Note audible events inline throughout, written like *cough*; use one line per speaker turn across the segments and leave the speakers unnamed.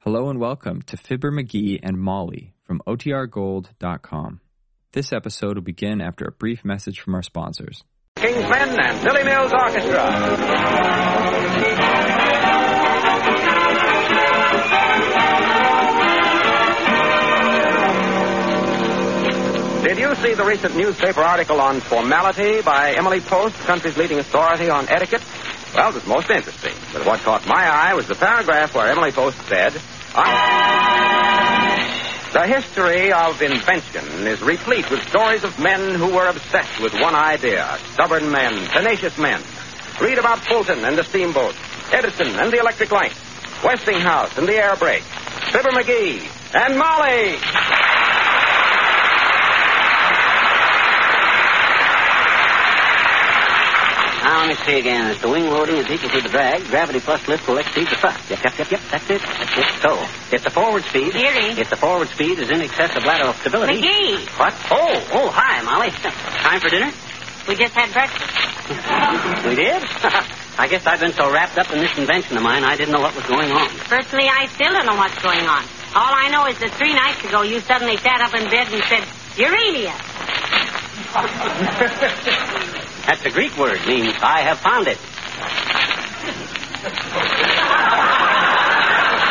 Hello and welcome to Fibber McGee and Molly from OTRGold.com. This episode will begin after a brief message from our sponsors.
Kingsmen and Billy Mills Orchestra. Did you see the recent newspaper article on formality by Emily Post, country's leading authority on etiquette? Well, it was most interesting. But what caught my eye was the paragraph where Emily Post said, "I- The history of invention is replete with stories of men who were obsessed with one idea stubborn men, tenacious men. Read about Fulton and the steamboat, Edison and the electric light, Westinghouse and the air brake, Fibber McGee and Molly.
Now, let me see again. It's the wing loading is equal to the drag. Gravity plus lift will exceed the thrust. Yep, yep, yep, yep. That's it. That's it. So, if the forward speed...
Dearie.
If the forward speed is in excess of lateral stability...
McGee,
What? Oh, oh, hi, Molly. Time for dinner?
we just had breakfast.
we did? *laughs* I guess I've been so wrapped up in this invention of mine, I didn't know what was going on.
Personally, I still don't know what's going on. All I know is that three nights ago you suddenly sat up in bed and said, Urania.
That's a Greek word. Means I have found it.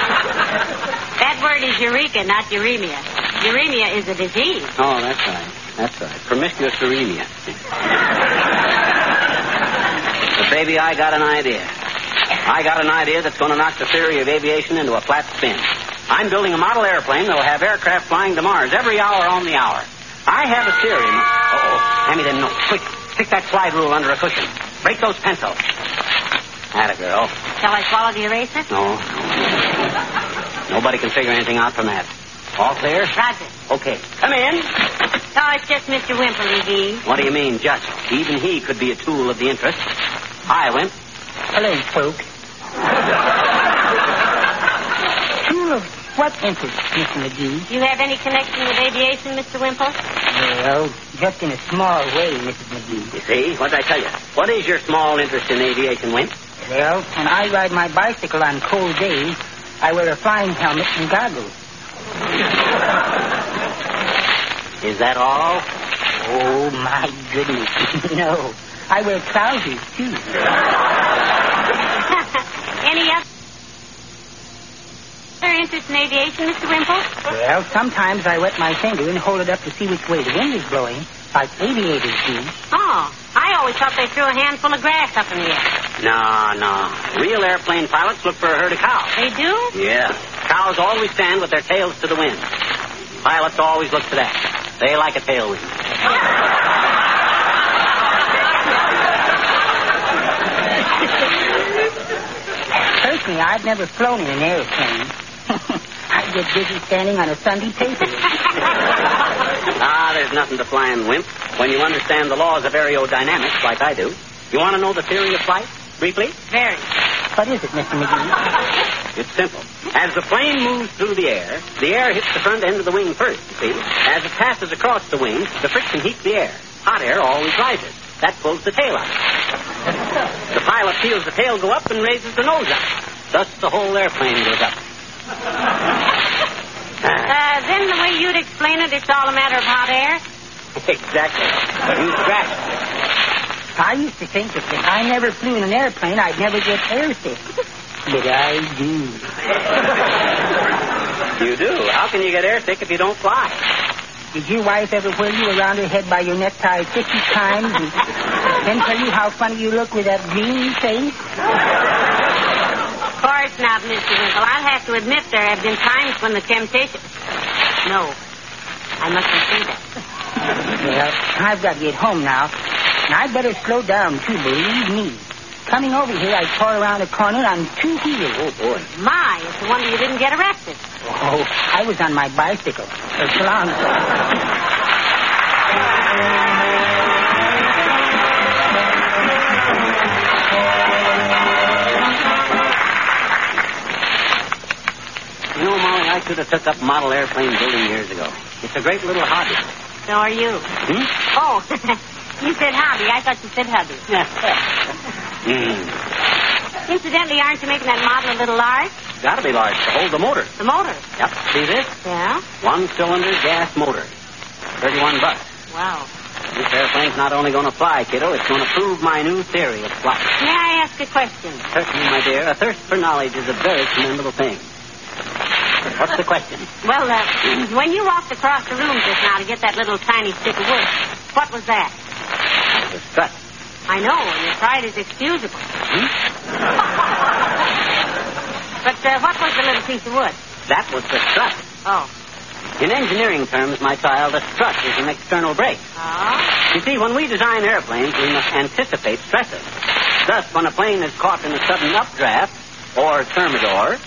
That word is eureka, not uremia. Uremia is a disease.
Oh, that's right. That's right. Promiscuous uremia. *laughs* but, baby, I got an idea. I got an idea that's going to knock the theory of aviation into a flat spin. I'm building a model airplane that'll have aircraft flying to Mars every hour on the hour. I have a theory. Oh, hand me them notes. Quick, stick that slide rule under a cushion. Break those pencils. Atta girl.
Shall I swallow the eraser?
No. Nobody can figure anything out from that. All clear?
Roger.
Okay. Come in.
So it's just Mr. Wimple, McGee.
What do you mean, Judge? Even he could be a tool of the interest. Hi, Wimp.
Hello, folk. Tool of what interest, Mr. McGee?
Do you have any connection with aviation, Mr. Wimple? *laughs*
Well, just in a small way, Mrs. McGee.
You see? What'd I tell you? What is your small interest in aviation, Wimp?
Well, when I ride my bicycle on cold days, I wear a flying helmet and goggles.
Is that all?
Oh, my goodness. *laughs* no. I wear trousers, too.
any other other interest in aviation, Mr. Wimple?
Well, sometimes I wet my finger and hold it up to see which way the wind is blowing, like aviators do.
Oh, I always thought they threw a handful of grass up in the air.
No, no. Real airplane pilots look for a herd of cows.
They do?
Yeah. Cows always stand with their tails to the wind. Pilots always look for that. They like a tailwind. *laughs*
Personally, I've never flown in an airplane. *laughs* I get busy standing on a Sunday paper.
Ah, there's nothing to flying, Wimp. When you understand the laws of aerodynamics, like I do, you want to know the theory of flight? Briefly?
Very.
What is it, Mr. McGee?
It's simple. As the plane moves through the air, the air hits the front end of the wing first, you see. As it passes across the wing, the friction heats the air. Hot air always rises. That pulls the tail up. The pilot feels the tail go up and raises the nose up. Thus, the whole airplane goes up. *laughs* Ah,
Uh, then the way you'd explain it, it's all a matter of hot air.
exactly. You scratched it.
I used to think that if I never flew in an airplane, I'd never get airsick. But I do.
You do. How can you get airsick if you don't fly?
Did your wife ever whirl you around her head by your necktie 50 times and then tell you how funny you look with that green face?
Of course not, Mr. Winkle. I'll have to admit there have been times when the temptation. No. I mustn't say that.
Well, I've got to get home now. And I'd better slow down, too, believe me. Coming over here, I tore around a corner on two wheels.
Oh, boy.
My, it's a wonder you didn't get arrested.
Oh, I was on my bicycle. So long.
You know, Molly, I should have took up model airplane building years ago. It's a great little hobby.
So are you.
Hmm?
Oh, *laughs* you said hobby. I thought you said hubby.
mm. Hmm.
Incidentally, aren't you making that model a little large?
Gotta be large to hold the motor.
The motor.
Yep. See this?
Yeah?
One cylinder gas motor. Thirty-one bucks.
Wow.
This airplane's not only going to fly, kiddo, it's going to prove my new theory of flight.
May I ask a question?
Certainly, my dear, a thirst for knowledge is a very commendable thing. What's the question?
Well, uh, *clears throat* when you walked across the room just now to get that little tiny stick of wood, what was that?
The strut.
I know, and your pride is excusable. but uh, what was the little piece of wood?
That was the strut.
Oh.
In engineering terms, my child, a strut is an external brake.
Oh?
You see, when we design airplanes, we must anticipate stresses. Thus, when a plane is caught in a sudden updraft or thermidor,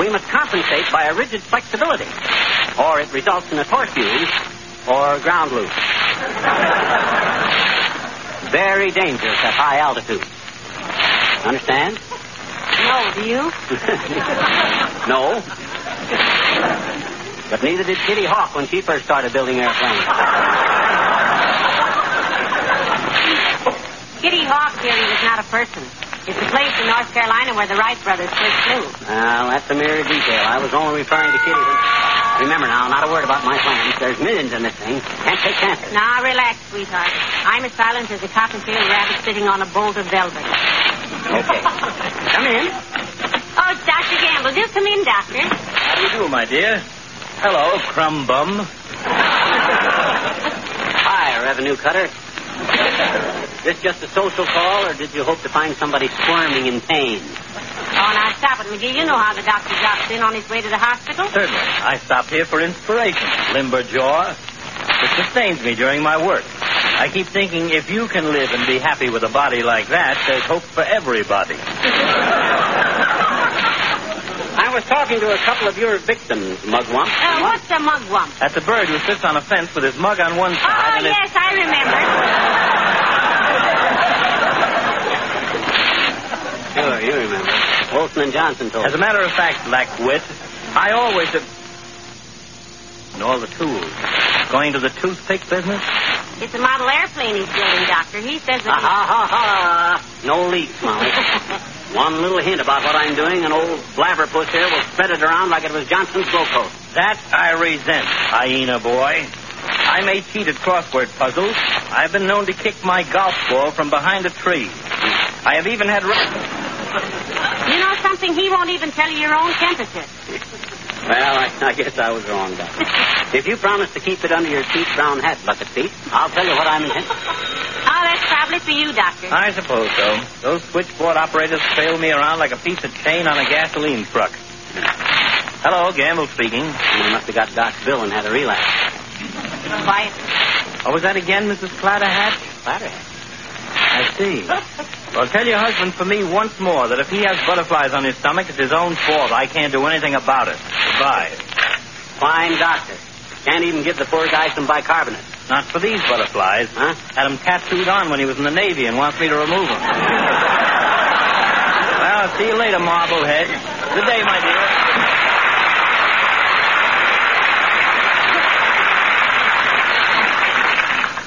we must compensate by a rigid flexibility, or it results in a torque use or ground loop. Very dangerous at high altitude. Understand? *laughs*
No, do you?
no. But neither did Kitty Hawk when she first started building airplanes.
Kitty Hawk theory was not a person. It's a place in North Carolina where the Wright brothers first flew.
Well, that's a mere detail. I was only referring to Kitty. Remember now, not a word about my plans. There's millions in this thing. Can't take chances.
Now, relax, sweetheart. I'm as silent as a cotton-tailed rabbit sitting on a bolt of velvet.
Okay. Come in.
Oh, it's Dr. Gamble. Do come in, Doctor.
How do you do, my dear? Hello, crumb bum.
Hi, Revenue Cutter. This just a social call, or did you hope to find somebody squirming in pain?
Oh, now, stop it, McGee. You know how the doctor drops in on his way to the hospital.
Certainly. I stopped here for inspiration. Limber jaw. It sustains me during my work. I keep thinking if you can live and be happy with a body like that, there's hope for everybody.
I was talking to a couple of your victims, Mugwump.
Uh, what's a mugwump?
That's a bird who sits on a fence with his mug on one side
Oh,
and
yes, I remember.
Sure, you remember. Olson and Johnson told
As a
me.
matter of fact, Blackwit, I always have. And all the tools. Going to the toothpick business?
It's a model airplane he's building, Doctor. He says
Ha
Uh-huh.
that.
ha Ah, ha ha! No leaks,
*laughs*
Molly. One little hint about what I'm doing, and old blabberpuss here will spread it around like it was Johnson's blowcoat.
That I resent, hyena boy. I may cheat at crossword puzzles. I've been known to kick my golf ball from behind a tree. I have even had. Ra-
You know something? He won't even tell you your own temperature.
Well, I, I guess I was wrong, Doc.
*laughs*
if you promise to keep it under your cheap brown hat, Bucket Feet, I'll tell you what I'm intent.
Oh, that's probably for you, Doctor.
I suppose so. Those switchboard operators trail me around like a piece of chain on a gasoline truck. Hello, Gamble speaking.
You must have got Doc's bill and had a relapse.
Quiet.
Oh, was that again, Mrs. Clatterhatch?
Flatterhead.
I see. Well, tell your husband for me once more that if he has butterflies on his stomach, it's his own fault. I can't do anything about it. Goodbye.
Fine doctor. Can't even give the poor guy some bicarbonate,
Not for these butterflies.
huh?
Had him tattooed on when he was in the Navy and wants me to remove him. *laughs* well, see you later, Marblehead. Good day, my dear.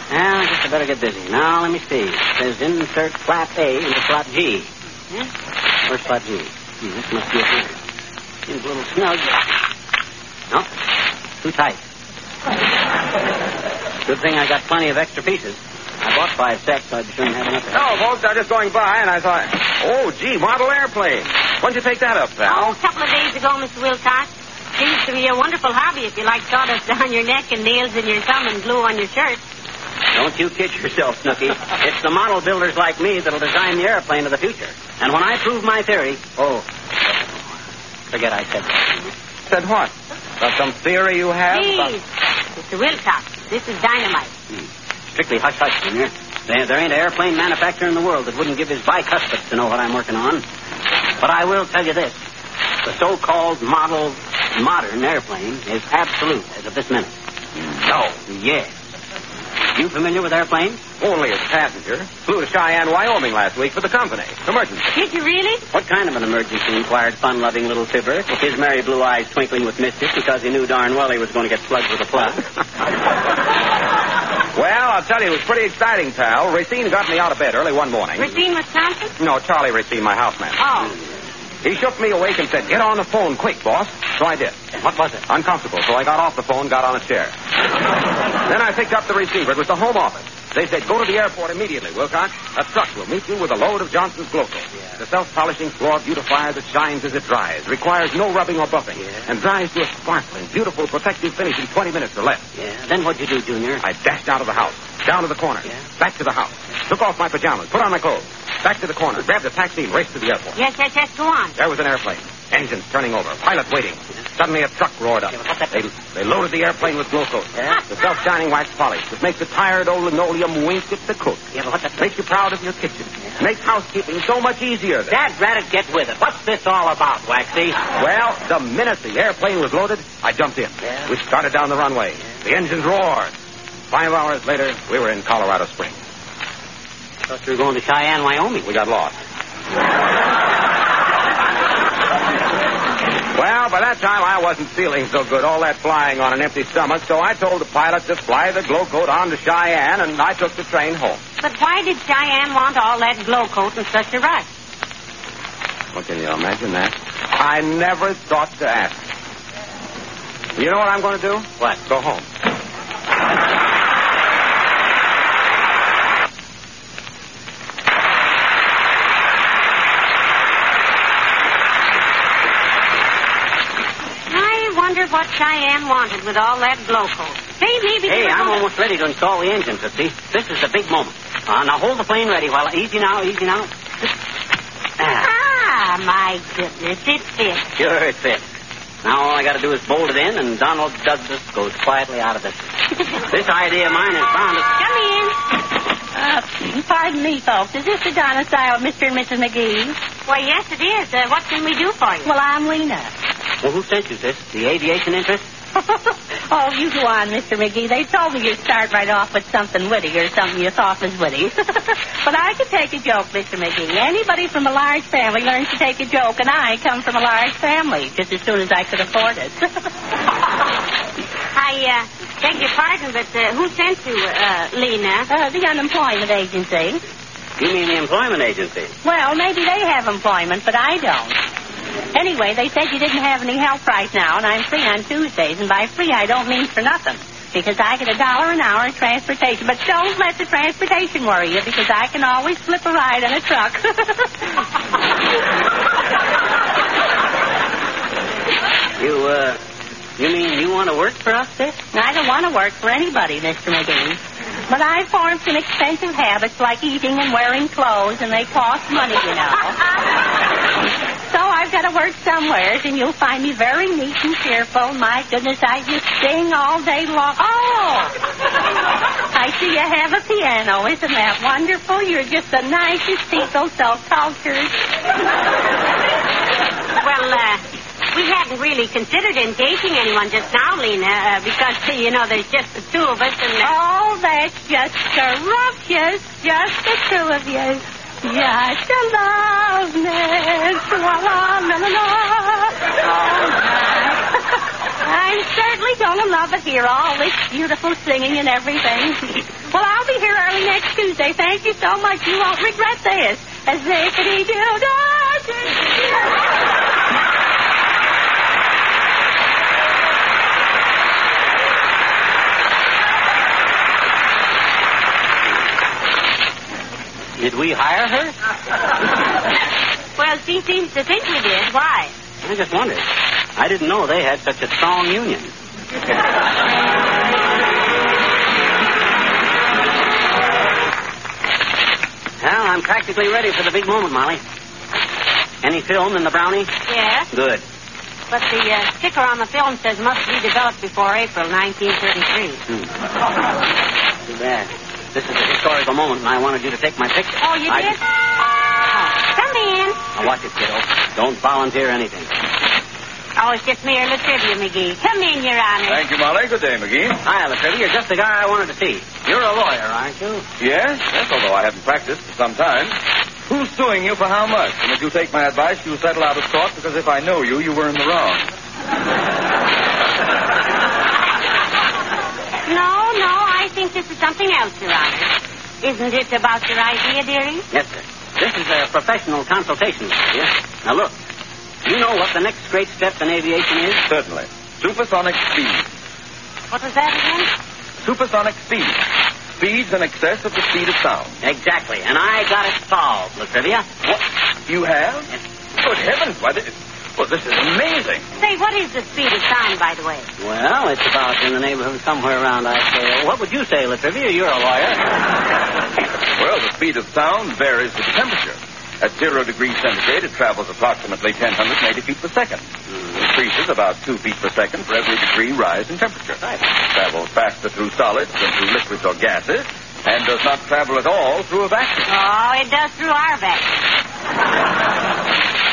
Well, I guess I better get busy. Now, let me see. It says insert flap A into flap G.
Hmm?
Yeah? Where's flap G? Hmm, this must be a here. Seems a little snug. No, too tight. Good thing I got plenty of extra pieces. I bought five sets, so I'd be sure to have enough.
No, folks, I was just going by and I thought, oh, gee, model airplane. When'd you take that up,
Oh,
Val?
a couple of days ago, Mr. Wilcox. Seems to be a wonderful hobby if you like sawdust *laughs* down your neck and nails in your thumb and glue on your shirt.
Don't you kid yourself, Snooky. It's the model builders like me that'll design the airplane of the future. And when I prove my theory, oh, forget I said that.
Said what? Uh,
Got some theory you have?
Please, Mr. Wilcox, this is dynamite.
Strictly hush hush, Junior. There, there ain't an airplane manufacturer in the world that wouldn't give his bicuspids to know what I'm working on. But I will tell you this. The so-called model modern airplane is absolute as of this minute.
No.
Yes. You familiar with airplanes?
Only as passenger. Flew to Cheyenne, Wyoming last week for the company. Emergency.
Did you really?
What kind of an emergency inquired fun-loving little Fibber, his merry blue eyes twinkling with mischief because he knew darn well he was going to get slugged with a plug.
Well, I'll tell you, it was pretty exciting, pal. Racine got me out of bed early one morning.
Racine, Wisconsin?
No, Charlie Racine, my houseman.
Oh.
He shook me awake and said, Get on the phone quick, boss. So I did.
What was it?
Uncomfortable, so I got off the phone, got on a chair. then I picked up the receiver. It was the home office. They said, Go to the airport immediately, Wilcox. A truck will meet you with a load of Johnson's Glocal. The self polishing floor beautifier that shines as it dries, requires no rubbing or buffing, and dries to a sparkling, beautiful, protective finish in 20 minutes or less.
Yeah. Then what'd you do, Junior?
I dashed out of the house, down to the corner,
Yeah.
back to the house, took off my pajamas, put on my clothes, back to the corner, grabbed a taxi, and raced to the airport.
Yes, yes, yes, go on.
There was an airplane. Engines turning over, pilot waiting. Suddenly a truck roared up.
Yeah, but what's that-
They, they loaded the airplane with glucose.
Yeah.
The self-shining wax polish that makes the tired old linoleum wink at the cook.
Yeah, but what's that?
Makes you proud of your kitchen. Makes housekeeping so much easier. Than...
Dad, Ratted, get with it. What's this all about, Waxy?
Well, the minute the airplane was loaded, I jumped in.
Yeah.
We started down the runway. The engines roared. Five hours later, we were in Colorado Springs.
Thought you were going to Cheyenne, Wyoming.
We got lost. Well, by that time I wasn't feeling so good, all that flying on an empty stomach, so I told the pilot to fly the Glowcoat on to Cheyenne, and I took the train home.
But why did Cheyenne want all that glow coat in such a rush?
Well, can you imagine that? I never thought to ask. You know what I'm going to do?
What?
Go home.
I wonder what Cheyenne wanted with all that glow coat. Say, maybe
Hey,
they were
I'm
gonna-
almost ready to install the engine, Fifty. This is the big moment. Uh, now hold the plane ready while easy now, easy now. Ah,
Ah, my goodness, it fits.
sure it fits. Now all I got to do is bolt it in, and Donald Douglas goes quietly out of this. this idea of mine is bound to.
Come in. Uh, pardon me, folks. Is this the domicile of Mr. and Mrs. McGee? Why, yes, it is. Uh, what can we do for you? Well, I'm Lena.
Well, who sent you this? The aviation interest?
*laughs* oh, you go on, Mr. McGee. They told me you'd start right off with something witty or something you thought was witty. *laughs* but I could take a joke, Mr. McGee. Anybody from a large family learns to take a joke, and I come from a large family just as soon as I could afford it.
*laughs* I uh, beg your pardon, but uh, who sent you, uh, Lena?
uh, the unemployment agency.
You mean the employment agency?
Well, maybe they have employment, but I don't. Anyway, they said you didn't have any help right now, and I'm free on Tuesdays, and by free I don't mean for nothing. Because I get a dollar an hour in transportation. But don't let the transportation worry you, because I can always flip a ride on a truck. *laughs*
You, uh, you mean you want to work for us, Sis?
And I don't want to work for anybody, Mr. McGee. But I formed some expensive habits like eating and wearing clothes, and they cost money, you know. So I've got to work somewhere, and you'll find me very neat and cheerful. My goodness, I just sing all day long. Oh! I see you have a piano. Isn't that wonderful? You're just the nicest people, so cultured.
Well, uh, we hadn't really considered engaging anyone just now, Lena, uh, because, you know, there's just the two of us and... Uh...
Oh, that's just corruptious. Just the two of you. Just a loveness. La la la la la. *laughs* Oh, my. I'm certainly going to love it here. All this beautiful singing and everything. Well, I'll be here early next Tuesday. Thank you so much. You won't regret this. As they could do.
Did we hire her?
Well, she seems to think we did. Why?
I just wondered. I didn't know they had such a strong union. well, I'm practically ready for the big moment, Molly. Any film in the brownie?
Yes,
Good.
but the uh, sticker on the film says must be developed before April 1933.
Hmm. Too bad. This is a historical moment, and I wanted you to take my picture.
Oh, you
I
did? Oh,
just-
Come in.
Now, watch it, kiddo. Don't volunteer anything.
Oh, it's just mere trivia, McGee. Come in, Your Honor.
Thank you, Molly. Good day, McGee.
Hi, Latrivia. You're just the guy I wanted to see. You're a lawyer, aren't you?
Yes, yes, although I haven't practiced for some time. Who's suing you for how much? And if you take my advice, you'll settle out of court because if I know you, you were in the wrong.
No, no, I think this is something else, Your Honor. Isn't it about your idea, dearie?
Yes, sir. This is a professional consultation, Latrivia. Now, look. You know what the next great step in aviation is?
Certainly. Supersonic speed.
What was that again?
Supersonic speed. Speeds in excess of the speed of sound.
Exactly. And I got it solved, Lucivia.
You have? Good heavens, why, this, well, this is amazing.
Say, what is the speed of sound, by the way?
Well, it's about in the neighborhood somewhere around, I'd say. What would you say, Lucivia? You're a lawyer. *laughs*
Well, the speed of sound varies with the temperature. At zero degrees centigrade, it travels approximately 1080 feet per second. Increases about two feet per second for every degree rise in temperature.
Right.
Travels faster through solids than through liquids or gases, and does not travel at all through a vacuum.
Oh, it does through our vacuum.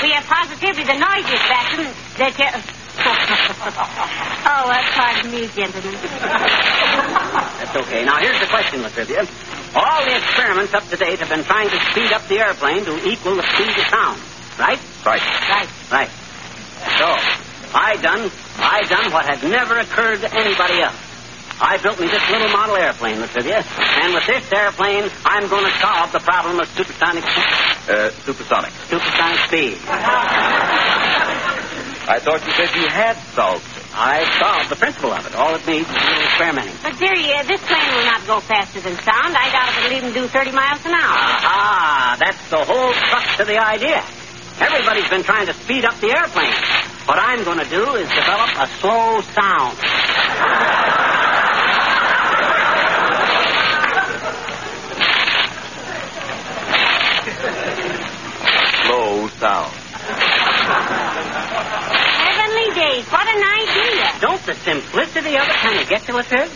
we are positively the noisiest vacuum that you... *laughs* oh, uh, pardon me, gentlemen.
That's okay. Now, here's the question, Latrivia. All the experiments up to date have been trying to speed up the airplane to equal the speed of sound, right?
Right.
right.
Right. So, I done, I done what had never occurred to anybody else. I built me this little model airplane, Latrivia, and with this airplane, I'm going to solve the problem of supersonic,
Uh, supersonic.
supersonic speed.
I thought you said you had solved it.
I solved the principle of it. All it needs is a little experimenting.
But, dearie, uh, this plane will not go faster than sound. I doubt if it'll even do 30 miles an hour.
Ah, that's the whole crux of the idea. Everybody's been trying to speed up the airplane. What I'm going to do is develop a slow sound.
Low sound.
Heavenly days, what an idea.
Don't the simplicity of it kind of get to us, Ed?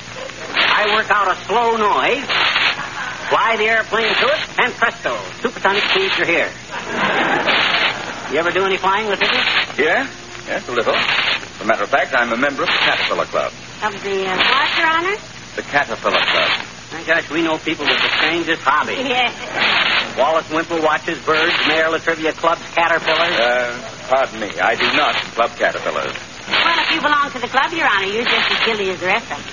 I work out a slow noise, fly the airplane to it, and presto, supersonic speeds are here. You ever do any flying, Letitia?
Yeah? Yes, a little. As a matter of fact, I'm a member of the Caterpillar Club.
Of the uh, what, Your Honor?
The Caterpillar Club.
My gosh, we know people with the strangest hobbies.
Yes.
Wallace Wimple watches birds, Mayor Latrivia clubs caterpillars.
Uh, pardon me, I do not club caterpillars.
Well, if you belong to the club, Your Honor, you're just as guilty as the rest of us.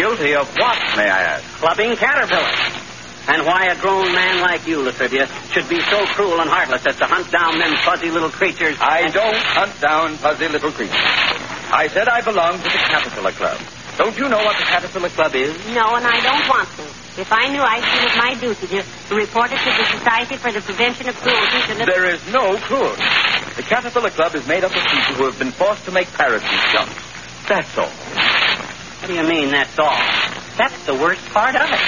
Guilty of what, may I ask?
clubbing caterpillars. And why a grown man like you, Latrivia, should be so cruel and heartless as to hunt down them fuzzy little creatures.
I
and-
don't hunt down fuzzy little creatures. I said I belong to the Caterpillar Club. Don't you know what the Caterpillar Club is?
No, Oh, and I don't want to. If I knew, I'd feel it my duty to report it to the Society for the Prevention of Cruelty to Little...
There is no cruelty. The Caterpillar Club is made up of people who have been forced to make parachute jumps. That's all.
What do you mean, that's all? That's the worst part of it.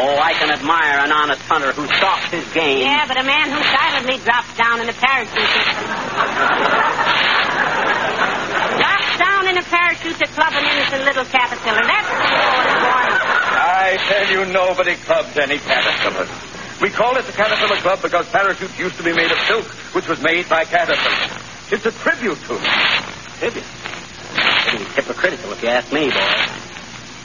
Oh, I can admire an honest hunter who stalks his game.
Yeah, but a man who silently drops down in a parachute... drops down in a parachute to club an innocent little caterpillar. That's cruel and warning.
I tell you, nobody clubs any caterpillars. We call it the Caterpillar Club because parachutes used to be made of silk, which was made by caterpillars. It's a tribute to them.
Tribute. Pretty hypocritical, if you ask me, boy.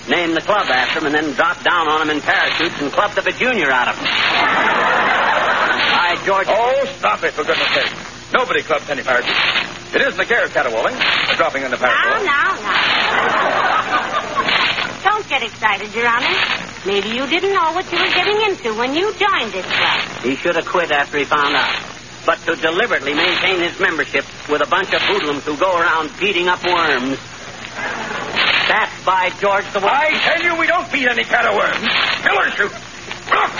Name the club after him and then drop down on him in parachutes and clubbed up a junior out of him. By George.
Oh, stop it, for goodness sake. Nobody clubs any parachutes. It isn't the care of caterwauling, the dropping in the
Now,
parachute.
now, now. Don't get excited, Your Honor. Maybe you didn't know what you were getting into when you joined this club.
He should have quit after he found out. But to deliberately maintain his membership with a bunch of hoodlums who go around beating up worms. That's by George the
I tell you, we don't feed any caterworms. Killer shoot. Look,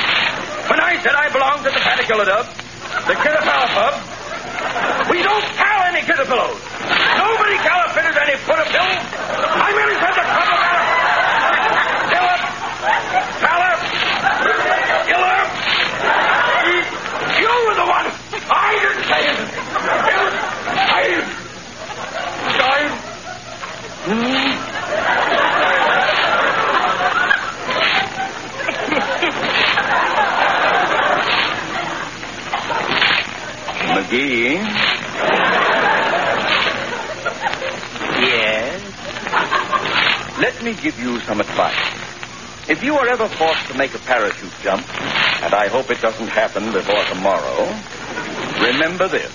when I said I belonged to the caterpillar dub, the caterpillar pub, we don't cow any caterpillars. Nobody caterpillars any caterpillar. I merely said the caterpillar. Killer. Collar. Killer. You were the one. I didn't say it. It was- I. I. McGee.
Yes.
Let me give you some advice. If you are ever forced to make a parachute jump, and I hope it doesn't happen before tomorrow, remember this.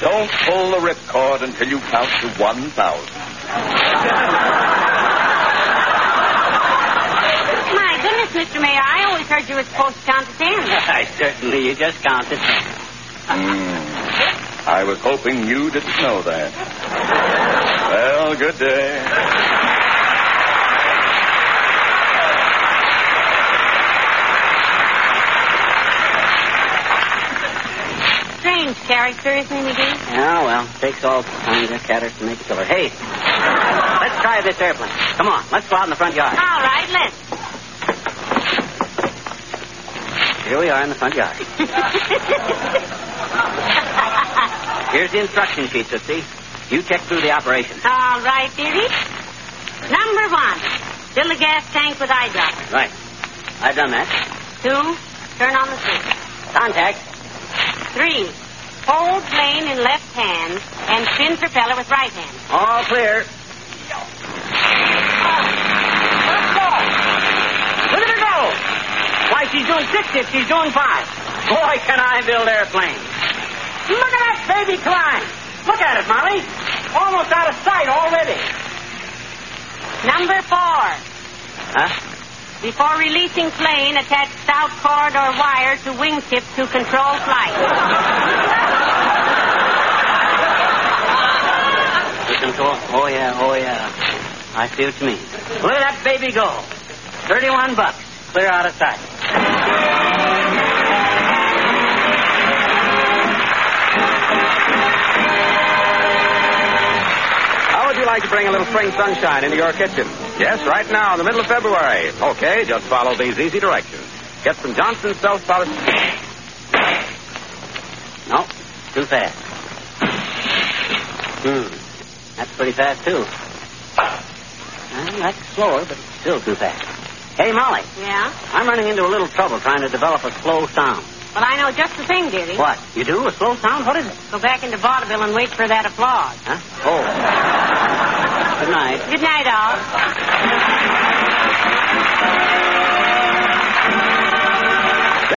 Don't pull the ripcord until you count to 1,000.
My goodness, honest, Mr. Mayor, I always heard you were supposed to count to ten.
*laughs* I certainly, you just count it.
Hmm. I was hoping you didn't know that. Well, good day.
Strange character, isn't he, McGee?
Yeah, Oh, well, takes all kinds of catters to make a killer. Hey, let's try this airplane. Come on, let's go out in the front yard.
All right, let's.
Here we are in the front
*laughs*
yard. Here's the instruction sheet, Tootsie. You check through the operation.
All right, dearie. Number one, fill the gas tank with eyedropper.
Right. I've done that.
Two, turn on the switch.
Contact.
Three, hold plane in left hand and spin propeller with right hand.
All clear. Look at her go. Why, she's doing six if she's doing five. Boy, can I build airplanes. Look at that baby climb. Look at it, Molly. Almost out of sight already.
Number four,
Huh?
Before releasing plane, attach stout cord or wire to wingtip to control flight.
Listen, Cole. Oh, yeah, oh, yeah. I see what you mean. Look at that baby go. 31 bucks. Clear out of sight.
How would you like to bring a little spring sunshine into your kitchen? Yes, right now, in the middle of February. Okay, just follow these easy directions. Get some Johnson's self-polished...
No, too fast. Hmm. That's pretty fast, too. Well, that's slower, but it's still too fast. Hey, Molly,
Yeah?
I'm running into a little trouble trying to develop a slow sound.
Well, I know just the thing, dearie.
What? You do? A slow sound? What is it?
Go back into vaudeville and wait for that applause.
Huh? Oh. Good night.
Good night, all.